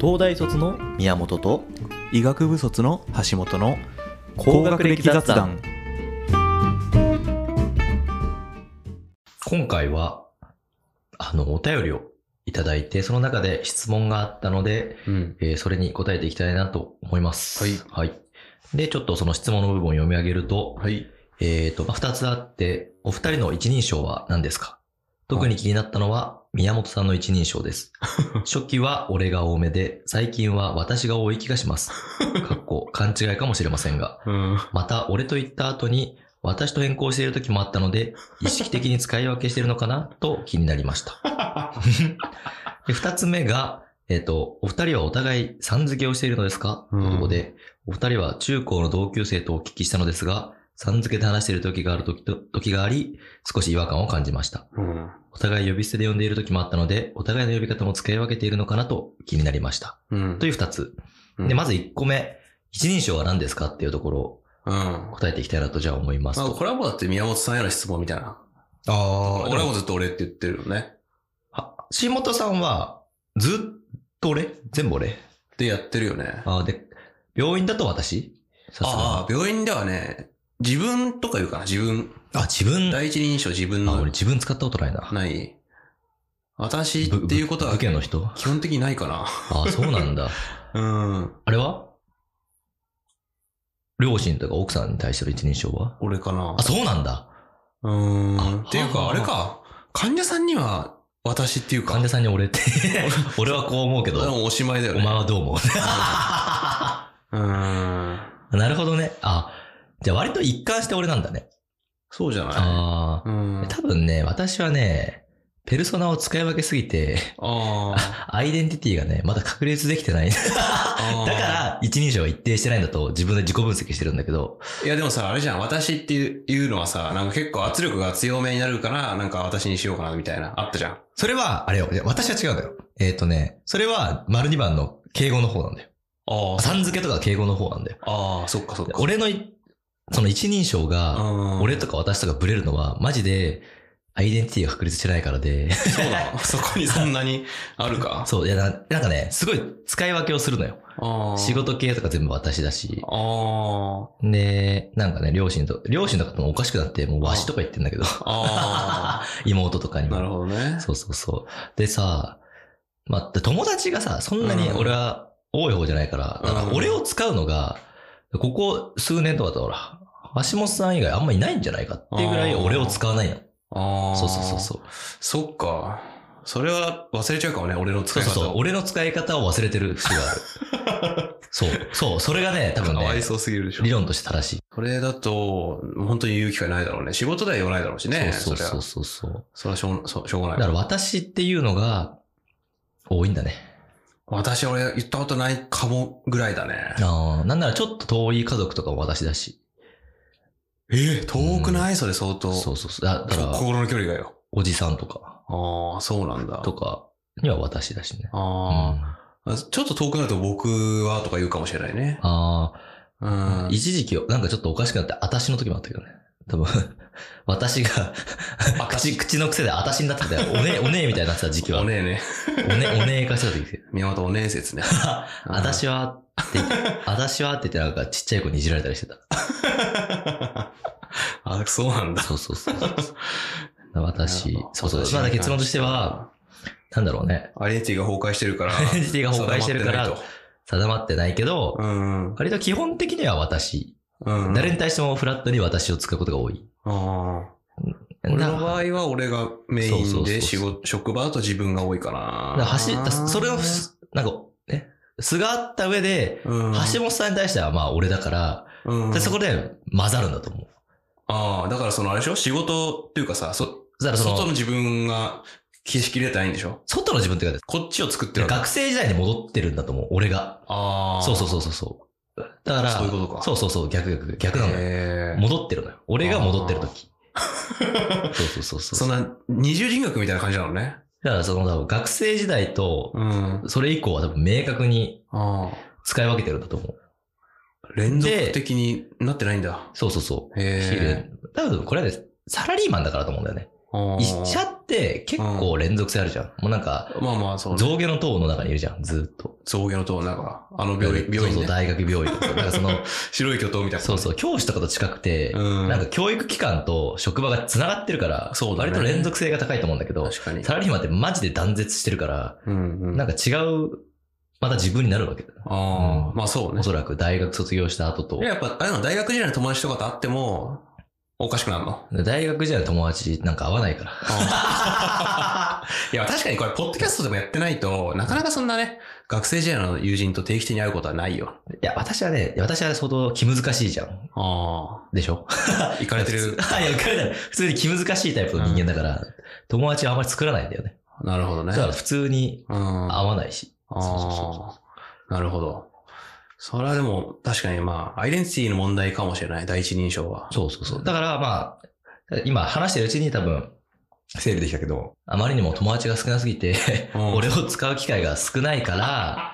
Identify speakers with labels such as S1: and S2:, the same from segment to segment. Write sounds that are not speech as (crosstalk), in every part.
S1: 東大卒の宮本と
S2: 医学部卒の橋本の
S1: 高学歴雑談
S3: 今回は、あの、お便りをいただいて、その中で質問があったので、
S1: うん
S3: えーそれに答えていきたいなと思います。
S1: はい。
S3: はい。で、ちょっとその質問の部分を読み上げると、
S1: い
S3: えーと、まあ、2つあって、お二人の一人称は何ですか特に気になったのは、宮本さんの一人
S1: (laughs)
S3: 称です。初期は俺が多めで、最近は私が多い気がします。かっこ、勘違いかもしれませんが。
S1: うん
S3: また、俺と言った後に、私と変更している時もあった
S1: (laughs)
S3: ので、意識的に使い分けしているのかなと気になりました。
S1: (laughs)
S3: で二つ目が、えっ、と、お二人はお互いさん付けをしているのですか、
S1: うん
S3: ということで、お二人は中高の同級生とお聞きしたのですが、さん付けで話している時がある時と時があり、少し違和感を感じました。
S1: うん
S3: お互い呼び捨てで呼んでいる時もあったので、お互いの呼び方も使い分けているのかなと気になりました。
S1: うん
S3: という二つ。
S1: うん
S3: で、まず一個目、一人称は何ですかっていうところを
S4: うん。ま
S3: 答えていきたいなとじゃあ思います
S4: あ、
S3: と。
S4: これはもうだって宮本さんへの質問みたいな。
S3: あ
S4: 俺はもうずっと俺って言ってるよね。
S3: 下本さんは、ずっと俺全部俺
S4: で、やってるよね。あ
S3: あーで、病院だと私さすがに
S4: あ、病院ではね、自分とか言うかな、自分。
S3: あ、自分、あ、
S4: 第一人称自分
S3: 俺
S4: の
S3: 自分使ったことないな。
S4: ない。私
S3: ぶぶ
S4: っていうことは
S3: 武家
S4: 基
S3: の人
S4: 本的にないか
S3: あーそうなん
S4: (laughs)
S3: だ。
S4: な。うん。
S3: あれは両親とか奥さんに対しての一人称は
S4: 俺かな
S3: あ、。そうなんだ。
S4: うーん。
S3: あ
S4: っていうか、
S3: はあ
S4: あれか。患者さんには私っていうか。
S3: 患者さんに俺
S4: (laughs)
S3: って。俺はこう思うけど、
S4: うんおしまいだよ
S3: お
S4: ね。
S3: 前はどう思う
S4: (laughs) うーん。
S3: (laughs) なるほどね。あ、じゃあ割と一貫して俺なんだね。
S4: そうじゃな
S3: あ
S4: いうん。
S3: あ。多分ね、私はね、ペルソナを使い分けすぎて、 (laughs)
S4: あー
S3: アイデンティティがね、まだ確立できてない。だか
S4: あー。
S3: ら、一人称が一定してないんだと自分で自己分析してるんだけど、
S4: いやでもさ、あれじゃん、私っていうのはさ、なんか結構圧力が強めになるから、なんか私にしようかなみたいな、あったじゃん。
S3: それは、あれよ、いや私は違うんだよ。えっ、とね、それは、丸2番の敬語の方なんだよ。
S4: あ
S3: さん付けとか敬語の方なんだよ。
S4: ああ、そっかそっか。
S3: 俺のい、その一人称が、
S4: うん、
S3: 俺とか私とかブレるのは、マジで、アイデンティティが確立してないからで、
S4: そ
S3: (laughs)
S4: うだ、そこにそんなにあるか。
S3: そう、いやな、なんかね、すごい使い分けをするのよ。
S4: ああ
S3: 仕。事系とか全部私だし、
S4: あ
S3: で、なんかね、両親と、両親とかともおかしくなって、もうわしとか言ってんだけど、
S4: あ。あ
S3: (laughs) 妹とかに
S4: あ。
S3: も。
S4: なるほどね。
S3: そうそうそう。でさ、まあ、で友達がさ、そんなに
S4: うん
S3: 俺は多い方じゃないから、
S4: うん
S3: だから俺を使うのが、ここ数年とかだとほら、橋本さん以外あんまいないんじゃないかっていうぐらい
S4: あー
S3: 俺を使わないの。
S4: ああ。
S3: そうそうそうそう。
S4: そっか。それは忘れちゃうかもね、俺の使
S3: そう
S4: い
S3: そ
S4: 方
S3: うそう。俺の使い方を忘れてる節がある。
S4: (laughs)
S3: そう。そう。それがね、多分
S4: かわ
S3: ね
S4: い、そうすぎるでしょ
S3: 理。論として正しい。
S4: これだと、本当に言う機会ないだろうね。仕事では言わないだろうしね。
S3: そうそう
S4: そりゃ
S3: そうそうそう。
S4: それはしょうそうしょうがない
S3: だ。から私っていうのが多いんだね。
S4: 私俺言ったことないかもぐらいだね。
S3: あーなんならちょっと遠い家族とかも私だし。
S4: え遠くないそれ相当。
S3: そうそうそう。だだから、
S4: 心の距離がよ。
S3: おじさんとか、
S4: ああ、そうなんだ。
S3: とかには私だしね。
S4: あ
S3: あ
S4: あ、ちょっと遠くなると僕はとか言うかもしれないね。
S3: あ
S4: う
S3: ー、
S4: ん。
S3: 一時期、なんかちょっとおかしくなって、私の時もあったけどね。多分 (laughs) 私が口、口の癖で私になってたよ。お
S4: (laughs)
S3: ねえ、おねえみたいになってた時期は。
S4: おねえね。
S3: おねえ、おねえ化してた時
S4: (laughs)
S3: 期。
S4: 宮本おねえ説ね。
S3: (laughs)
S4: うん
S3: 私はって、私はって言ってなんかちっちゃい子にいじられたりしてた。
S4: (laughs) あ、そうなん
S3: (laughs)
S4: だ。
S3: そうそうそうそう。私
S4: なるほ、ど
S3: そうそう。まあだから結論としては、、なんだろうね。
S4: アイデンティティが崩壊してるから。
S3: アイデンティティが (laughs) 崩壊してるから
S4: 定まって
S3: 定まってないけど、
S4: ないとうん
S3: 割と基本的には私。
S4: うん。うん。
S3: 誰に対してもフラットに私を使うことが多い。
S4: ああ。俺の場合は俺がメ
S3: そう
S4: イ
S3: そ
S4: ン
S3: うそう
S4: で仕事、職場だと自分が多いかな。
S3: だから橋だそれを、なんか、ね、素があった上で、
S4: うん、
S3: 橋本さんに対してはまあ俺だから、
S4: うん
S3: でそこで混ざるんだと思う。
S4: ああ、だからそのあれでしょ仕事っていうかさ、そ、
S3: だからその、
S4: 外の
S3: 外の
S4: 自分が消しきれてないんでしょ
S3: 自分っていうか、
S4: こっちを作ってるわけ
S3: 学生時代に戻ってるんだと思う、俺が。
S4: ああ。
S3: そうそう
S4: う。
S3: そうそうそう。だから、
S4: そういうことか
S3: そうそうそう、逆逆、逆なのよ。
S4: へえ。
S3: 戻ってるのよ。俺が戻ってる時。そうそうそうそう。
S4: そんな、二重人格みたいな感じなのね。
S3: だからその、多分学生時代と、
S4: うん。
S3: それ以降は多分明確に
S4: ああ。
S3: 使い分けてるんだと思う。
S4: 連続的になってないんだ。
S3: そうそうそう。
S4: へ
S3: 多分これはね、サラリーマンだからと思うんだよね。
S4: あー
S3: 医者って結構連続性あるじゃん。もうなんか、
S4: まあまあ、そうね。
S3: 象牙の塔の中にいるじゃん、ずーっと。
S4: 造形の塔、なんか、あの病院、病院
S3: そうそう、
S4: ね。
S3: 大学病院とか。なんか
S4: (laughs)
S3: その、
S4: 白い巨塔みたいな。
S3: そうそう、教師とかと近くて、
S4: うん
S3: なんか教育機関と職場が繋がってるから、
S4: そうだね
S3: 割と連続性が高いと思うんだけど、
S4: 確かに。
S3: サラリーマンってマジで断絶してるから、
S4: うんうん。
S3: なんか違う、また自分になるわけだよ。
S4: ああ、
S3: うん
S4: まあそうね
S3: お。そらく大学卒業した後と
S4: で、やっぱ、あれなの大学時代の友達とかと会っても、おかしくなる
S3: (laughs)
S4: の。
S3: 大学時代の友達なんか合わないから。 (laughs)
S4: いや、確かにこれ、ポッドキャストでもやってないと、なかなかそんなね、学生時代の友人と定期的に会うことはないよ。
S3: いや、私はね、私は相当気難しいじゃん。
S4: あ
S3: でしょ
S4: あ、
S3: (laughs)
S4: 行かれてる
S3: 普。通あ、いや、彼ら普通に気難しいタイプの人間だから、友達はあんまり作らないんだよね。
S4: なるほどね。
S3: だから普通に
S4: うん。
S3: 合わないし。そうそうそう
S4: ああ、なるほど。それはでも、確かにまあ、アイデンティティの問題かもしれない、第一人称は。
S3: そうそうそう。だからまあ、今話してるうちに多分、整理できたけど、あまりにも友達が少なすぎて、
S4: うん
S3: 俺を使う機会が少ないから、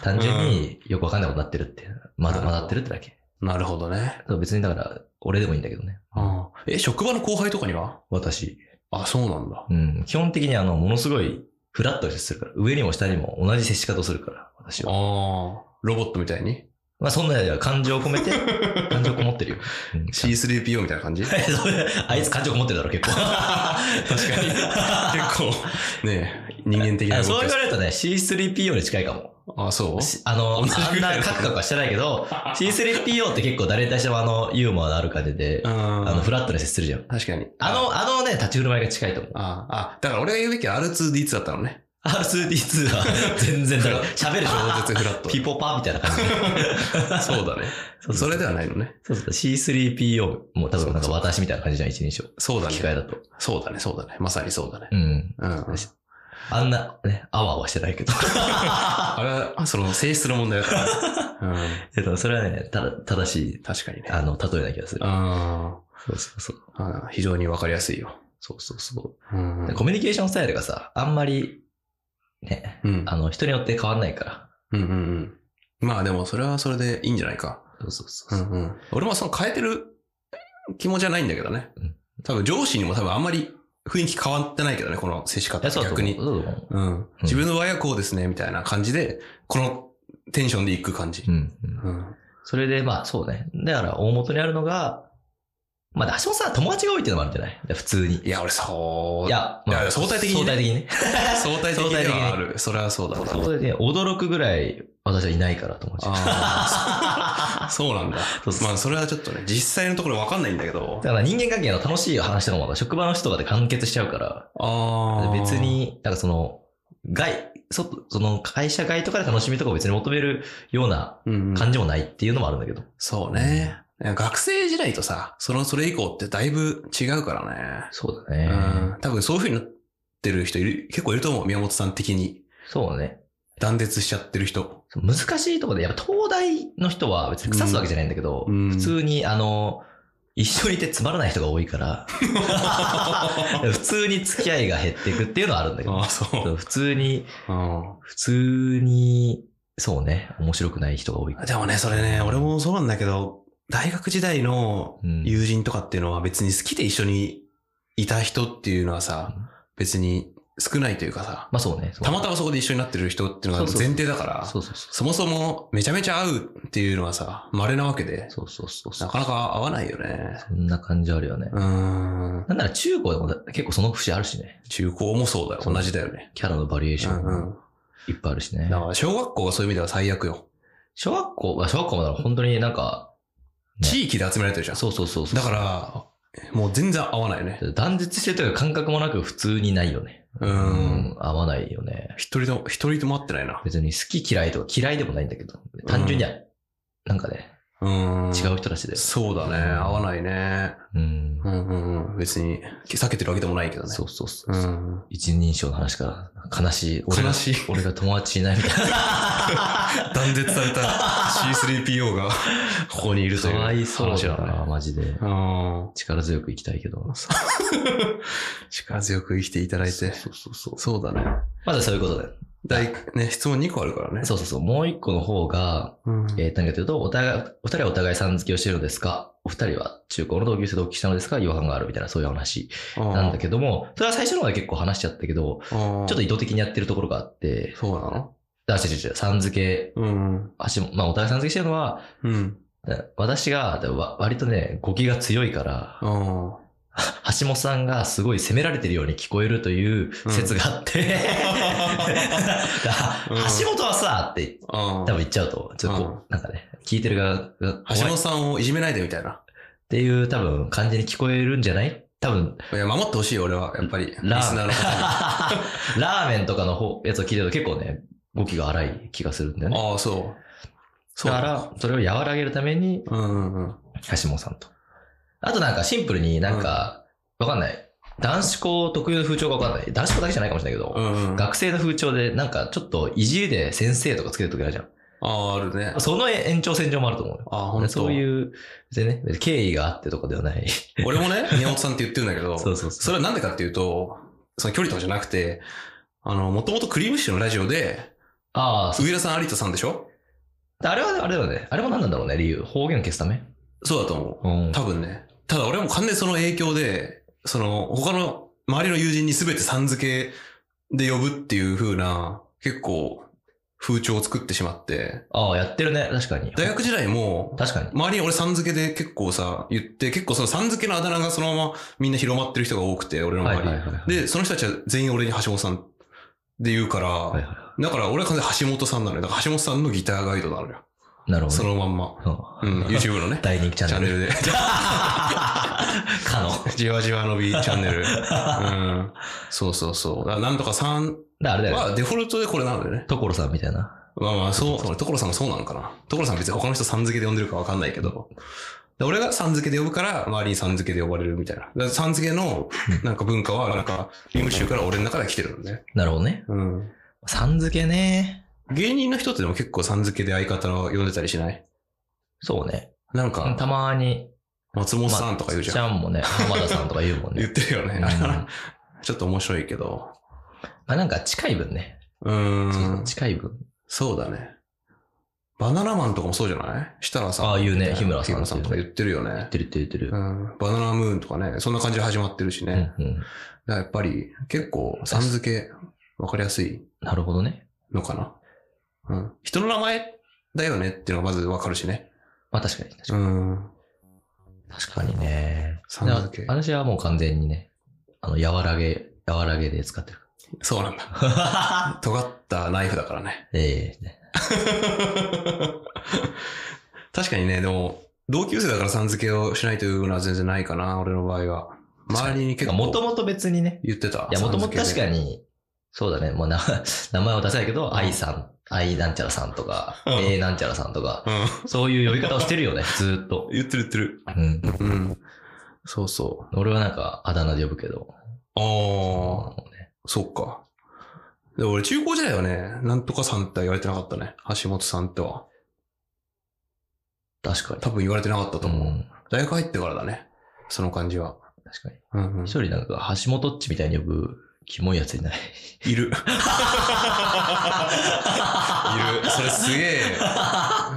S3: 単純によくわかんないことになってるっていう。まだまだってるってだけ。
S4: なるほどね。
S3: そう別にだから、俺でもいいんだけどね。
S4: うんえ、職場の後輩とかには
S3: 私。
S4: あ、そうなんだ。
S3: うん。基本的にあの、ものすごい、フラットに接するから。上にも下にも同じ接し方をするから、私
S4: ああ
S3: は。、
S4: ロボットみたいに
S3: まあそんなやつは感情を込
S4: (laughs)
S3: めて、感情こもってるよ。うん、
S4: ?C3PO みたいな感じ (laughs) 確
S3: それ (laughs) あいつ感情こもってるだろ、
S4: (laughs)
S3: 結構。
S4: かに。結構、ねえ人間的な
S3: あ
S4: 動
S3: そう
S4: き
S3: 言わ
S4: をし
S3: れるとね、C3PO に近いかも。
S4: あ、 (laughs) そう
S3: しあの、あ
S4: 同じく
S3: ん
S4: らい
S3: なカクカクはしてないけど、C3PO って結構誰に対してもあの、ユーモアのある感じで
S4: う、ん。
S3: あの、フラットに接するじゃん。
S4: 確かに。
S3: あの、あのね、立ち振る舞いが近いと思う。
S4: ああ、だから俺が言うべきは R2D2 だったのね。
S3: R2D2 (laughs) は全然だろ。喋るでし
S4: 超
S3: ょ
S4: 絶フラット。
S3: (laughs) ピポパみたいな感じ。
S4: そうだね。
S3: (laughs) そう
S4: そ
S3: そ
S4: れ
S3: れ
S4: ではないのね。
S3: そうそう。C3PO も多分なんか私みたいな感じじゃん、一人称。
S4: そうだね
S3: 機。械だと。
S4: そうだね、そうだね。まさにそうだね。
S3: うん。
S4: うん。
S3: あんな、ね、あわあわしてないけど。 (laughs)
S4: あれは、その性質の問題だから。うん。
S3: えっと、それはね、ただ、正しい、
S4: 確かにね。
S3: あの、例えな気がする。
S4: あ
S3: そうそうそう。
S4: あ、非常にわかりやすいよ。
S3: そうそうそうう。
S4: ん
S3: でコミュニケーションスタイルがさ、あんまり、ね、
S4: うん。
S3: あの、人によって変わんないから。
S4: うんうんうん。まあでもそれはそれでいいんじゃないか。
S3: そうそうそうう。
S4: んうん。俺もその変えてる気持ちはないんだけどね
S3: うん。
S4: 多分上司にも多分あんまり雰囲気変わってないけどね、この接し
S3: い
S4: 方。
S3: や、そうだと
S4: 逆
S3: 思うそう
S4: に。
S3: だと思
S4: うん。自分の場合はこうですね、みたいな感じで、このテンションでいく感じ
S3: う。う。ん。うん
S4: うん。
S3: それで、まあ、そうね。だから、大元にあるのが、まあ、橋本さんは友達が多いっていうのもあるんじゃない普通に。
S4: いや、俺そう。
S3: い、や、
S4: いや相対的にね
S3: 相対的にね。
S4: 相対的
S3: 相対
S4: で
S3: 的に
S4: はある。それはそうだね。
S3: 相対的に驚くぐらい、私はいないから、友達。 (laughs)
S4: ああ、そうなんだ。
S3: そうそう
S4: まあ、それはちょっとね、実際のところわかんないんだけ
S3: (laughs)
S4: ど。
S3: だから人間関係の楽しい話とかも職場の人とかで完結しちゃうから、
S4: あ
S3: 別。に、なんかその、外、外、その会社外とかで楽しみとかを別に求めるような
S4: うんうん、
S3: 感じもないっていうのもあるんだけど。
S4: そうね。学生時代とさ、その、それ以降ってだいぶ違うから
S3: そうだ
S4: ね。
S3: ね。
S4: うん。多分そういう風になってる人いる、結構いると思う。宮本さん的に。
S3: そうね。
S4: 断絶しちゃって
S3: (laughs)
S4: る人。
S3: 難しいところで、やっぱ東大の人は別に腐すわけじゃないんだけど、
S4: うん
S3: 普通にあの、一緒にいてつまらない人が多い
S4: (laughs)
S3: から、普通に付き合いが減っていくっていうのはあるんだけ
S4: あ
S3: ど
S4: あ、、そう。
S3: 普通に、
S4: うん。
S3: 普通に、そうね、面白くない人が多いから。
S4: でもね、それね、俺もそうなんだけど、大学時代の
S3: うん
S4: 友人とかっていうのは別に好きで一緒にいた人っていうのはさ、
S3: うん
S4: 別に少ないというかさ、
S3: まあそうね。そう
S4: たまたまそこで一緒になってる人っていうのが
S3: そうそうそう
S4: 前提だから、
S3: そうそうそう。
S4: そもそもめちゃめちゃ会うっていうのはさ、稀なわけで、
S3: そうそうそうそう。
S4: なかなか合わないよね。
S3: そんな感じあるよね。
S4: うーん。
S3: なんなら中高でも結構その節あるしね。
S4: 中高もそうだよ。
S3: そう
S4: 同じだよね。
S3: キャラのバリエーシ
S4: う
S3: ョン
S4: んう
S3: も
S4: ん。
S3: いっぱいあるしね。
S4: だから小学校がそういう意味では最悪よ。
S3: 小学校、あ小学校もだから本当になんか、ね
S4: 地域で集められてるじゃん。
S3: そうそうそうそう。
S4: だから、もう全然合わないね。
S3: 断絶してるというか感覚もなく普通にないよね。
S4: うん
S3: うん合わないよね。
S4: 一人と、一人とも会ってないな。
S3: 別に好き嫌いとか嫌いでもないんだけど、単純には、なんかね、
S4: うーん。
S3: 違う人たちで。
S4: そうだね。合わないね。
S3: うん
S4: う。んうんうん。別に、避けてるわけでもないけどね。
S3: そうそうそうう。
S4: ん。
S3: 一人称の話から、悲しい。俺が
S4: 悲しい (laughs)
S3: 俺が友達いないみたいな。
S4: 断絶された C3PO が (laughs) ここにいるという
S3: かわいそう
S4: 話
S3: だ
S4: だね
S3: な、マジで。
S4: うん。
S3: 力強く生きたいけど。
S4: 力強く生きていただいて。
S3: そうそうそう。
S4: そうだね。
S3: まずそういうことだよ。
S4: 大ね、質問2個あるからね。
S3: そうそうそう。もう一個の方が、
S4: うん。
S3: えー何かというと、お互い、お二人はお互いさん付けをしているのですかお二人は中高の同級生とお聞きしたのですが、違和感があるみたいな、そういう話
S4: な
S3: なんだけども、それは最初の方で結構話しちゃったけど、
S4: ど、ちょ
S3: ちょっと意図的にやってるところがあって、
S4: そうなの
S3: あ、違う違う違う、さん付け、
S4: うん。
S3: 足も、まあお互いさん付けしてるのは、
S4: うん。
S3: 私がわ割とね、語気が強いから、
S4: うん。
S3: 橋本さんがすごい責められてるように聞こえるという説があって、
S4: うん
S3: (laughs) 橋本はさ、って
S4: 多
S3: 多分言っちゃうと、ちょっとこう、
S4: うん
S3: なんかね、聞いてる側が怖い
S4: 橋本
S3: っ
S4: さんをいじめないでみたいな。
S3: ていう多分感じに聞こえるんじゃない多
S4: (laughs)
S3: 分、
S4: いや、守ってほしいよ、俺は。やっぱり。リス
S3: ラーメン、
S4: ナーの方に。
S3: ラーメンとかの方やつを聞いてると結構ね、語気が荒い気がするんだよね。
S4: ああ、そう。そう。
S3: だか、ら、それを和らげるために、
S4: うんうんうん。
S3: 橋本さんと。あとなんかシンプルになんか、わかんない。男子校特有の風潮がわかんない。男子校だけじゃないかもしれないけど、
S4: うんうん。あ
S3: 学生の風潮でなんかちょっといじりで先生とかつけてる時あるじゃ
S4: あ、あるね
S3: ん。。その延長線上もあると思うよ。
S4: ああ、ほんと。
S3: そういう、別にね、経緯があってとかではない。
S4: 俺
S3: (laughs)
S4: もね、宮本さんって言ってるんだけど、
S3: そうそうそう
S4: れはなんでかっていうと、その距離とかじゃなくて、あの、もともとクリームシチューのラジオで、
S3: ああ、そう
S4: 上田さん、有田さんでしょ
S3: あれは、あれだよね。あれも何なんだろうね、理由。方言消すため
S4: そうだと思
S3: うん
S4: う。。多分ね。ただ俺も完全にその影響で、その、他の周りの友人に全てさん付けで呼ぶっていう風な、結構、風潮を作ってしまって、
S3: ああ、やってるね、確かに。
S4: 大学時代も、
S3: 確かに。
S4: 周りに俺さん付けで結構さ、言って、結構そのさん付けのあだ名がそのままみんな広まってる人が多くて、俺の周り。
S3: いはい
S4: で、その人たちは全員俺に橋本さんって言うから、
S3: はいは
S4: だから俺は完全に橋本さんなのよ。だから橋本さんのギターガイドなのよ。
S3: い。なるほど
S4: そ
S3: ね。
S4: のまんま。
S3: う、
S4: うんん、YouTube のね
S3: 大 (laughs) 人気チ
S4: チ
S3: ャ
S4: ャ
S3: ン
S4: ン
S3: ネ
S4: ネ
S3: ル。
S4: ルで。
S3: かの。
S4: (laughs) じわじわ伸びチャンネル。うん。そうそうそう。だからなんとかさん
S3: だあれだよね。
S4: はデフォルトでこれなのよね。
S3: 所さんみたいな。
S4: まあまあ、そう、そう所さんもそうなのかな。所さんは別に他の人さん付けで呼んでるかわかんないけど。で俺がさん付けで呼ぶから、周りにさん付けで呼ばれるみたいな。だからさん付けの、なんか文化は、なんか、リムシューから俺の中で来てるのね。
S3: なるほどね。
S4: うん。
S3: さん付けね。
S4: 芸人の人ってでも結構さん付けで相方を呼んでたりしない
S3: そうね。
S4: なんか、
S3: たまに。
S4: 松本さんとか言うじゃん。
S3: まあちゃん
S4: (laughs)
S3: もね、浜田さんとか言うもん
S4: 言っ
S3: ね。
S4: てるよね。あれ
S3: うん
S4: は (laughs) ちょっと面白いけど。
S3: まあなんか近い分ね。
S4: うーん。
S3: 近い分。
S4: そうだね。バナナマンとかもそうじゃない設楽さん。
S3: ああ言うね日村さん
S4: 日村さんとか言ってるよね
S3: 言っ。てる言ってる言
S4: う
S3: ってる。
S4: ん。バナナムーンとかね。そんな感じで始まってるしね。だか
S3: うんうん。
S4: らやっぱり結構、さん付け、わかりやすい
S3: なるほどね。
S4: のかな。うん。人の名前だよねっていうのがまずわかるしね。
S3: まあ確かに。確か
S4: う
S3: に
S4: ん。
S3: 確かにね。
S4: さん付け
S3: で私はもう完全にね、あの、和らげ、和らげで使
S4: (laughs)
S3: ってる。
S4: そうなん
S3: (laughs)
S4: だ。尖ったナイフだからね。
S3: ええね
S4: 確かにね、でも、同級生だからさん付けをしないというのは全然ないかな、俺の場合は。周りに結構。
S3: もともと別にね。
S4: 言ってた。
S3: いや、もともと確か
S4: に。
S3: に、そうだね。もうな (laughs) 名前は出せないけど、愛さん、愛なんちゃらさんとか、
S4: うん
S3: A なんちゃらさんとか、
S4: う
S3: そういう呼び方をしてるよね、ずーっと
S4: ん。。言ってる言ってる。
S3: うん。
S4: うん。そうそ
S3: 俺はなんか、あだ名で呼ぶけど。
S4: う。ああ、
S3: もうね
S4: そっか。で俺、中高時代はね、なんとかさんって言われてなかったね。橋本さんっては。
S3: 確かに。
S4: 多分言われてなかったと思う。
S3: うん
S4: 大学入ってからだね。その感じは。
S3: 確かに。
S4: うん、うん
S3: 一。人なんか、橋本っちみたいに呼ぶ、キモいやついない。 (laughs)
S4: いる。いる。それすげえ、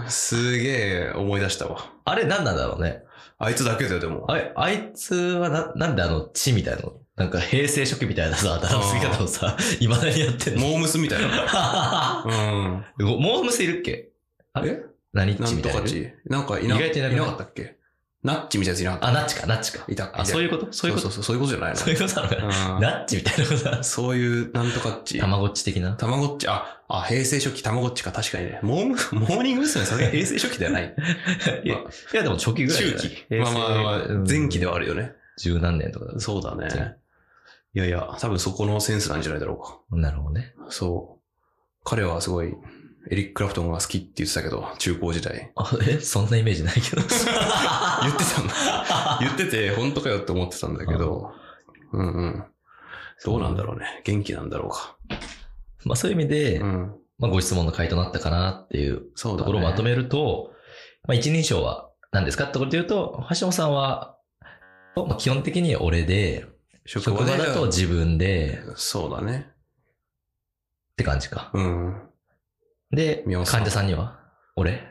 S4: すげえ思い出したわ。
S3: あれ何なんだろうね。
S4: あいつだけだよ、でも。
S3: あれ、あいつはな、なんであの、地みたいなのなんか平成初期みたいなさ、あだ名の付け方をさ、 (laughs) 未だにやってん (laughs) の。
S4: モームスみたいな。うん。
S3: ごモームスいるっけあれ
S4: え
S3: 何っ
S4: な
S3: ち
S4: ん
S3: み
S4: と
S3: たいな
S4: か
S3: の。
S4: ち。なんかい
S3: 意外といなくない
S4: なかったっけナッチみたいなやついなかった
S3: あ、ナッチか、ナッチか。
S4: いた。
S3: あ、
S4: た
S3: そういうことそういうこと
S4: そうそうそう、そういうことじゃない
S3: そういうことなのかな
S4: の。
S3: ナッチみたいなことだ
S4: うん。そう (laughs) いう、なんとかっち。
S3: たまごっち的な。
S4: たまごっち、あ、あ、平成初期たまごっちか、確かにね。モームモーニング娘。さすがに平成初期ではない。
S3: (laughs) いや、いやでも初期ぐらいじゃな
S4: 中
S3: い。
S4: 期。まあまあまあ、前期ではあるよね。
S3: 十何年とかだ
S4: そうだね。いやいや、多分そこのセンスなんじゃないだろう
S3: なるほどね。
S4: か。そう。彼はすごい、エリック・クラプトンが好きって言ってたけど、中高時代。
S3: あえ、 (laughs) そんなイメージない
S4: (laughs)
S3: けど。
S4: 言って
S3: (laughs)
S4: たんだ。言ってて、本当かよって思ってたんだけど、うんうん。どうなんだろうね。元気なんだろうか。
S3: まあそういう意味で、
S4: うん。
S3: まあご質問の回答になったかなっていう
S4: そうだ、
S3: と
S4: ね。
S3: ころをまとめると、まあ一人称は何ですかってところで言うと、橋本さんは、まあ、基本的に俺で、職場だと自分で、っ
S4: そうだね。
S3: て感じか。
S4: うん。 (laughs)
S3: で、
S4: 宮
S3: 患
S4: 本さん
S3: 者さんには俺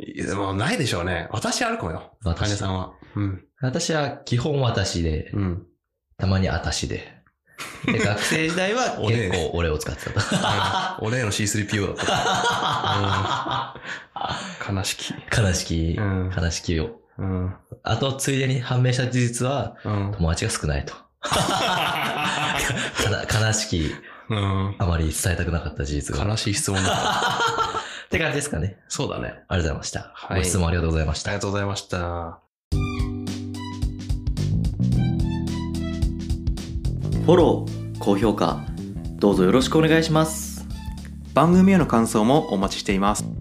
S4: いやもうないでしょうね。私あるかもよ。
S3: 私
S4: 患者さんは。うん。
S3: 私は基本私で、
S4: (laughs) うん。
S3: たまに私で。で学生時代は
S4: (laughs) 俺
S3: 結構俺を使ってた。 (laughs)
S4: 俺への C3PO だった。悲しき。
S3: 悲しき、
S4: (laughs) うん
S3: 悲しきを。
S4: うん。
S3: あと、ついでに判明した事実は、
S4: うん。
S3: 友達が
S2: (laughs)
S3: 少ないと。かな悲しき、
S4: うん。
S3: あまり伝えたくなかった事実が。
S4: 悲しい質問だった。
S3: って感じですかね。
S4: (laughs) そうだね。
S3: ありがとうございました。
S4: はい
S3: ご質問ありがとうございまし
S4: あ
S3: た。
S4: りがとうございました。
S1: フォロー、高評価、どうぞよろしくお願いします。
S2: 番組への感想もお待ちしています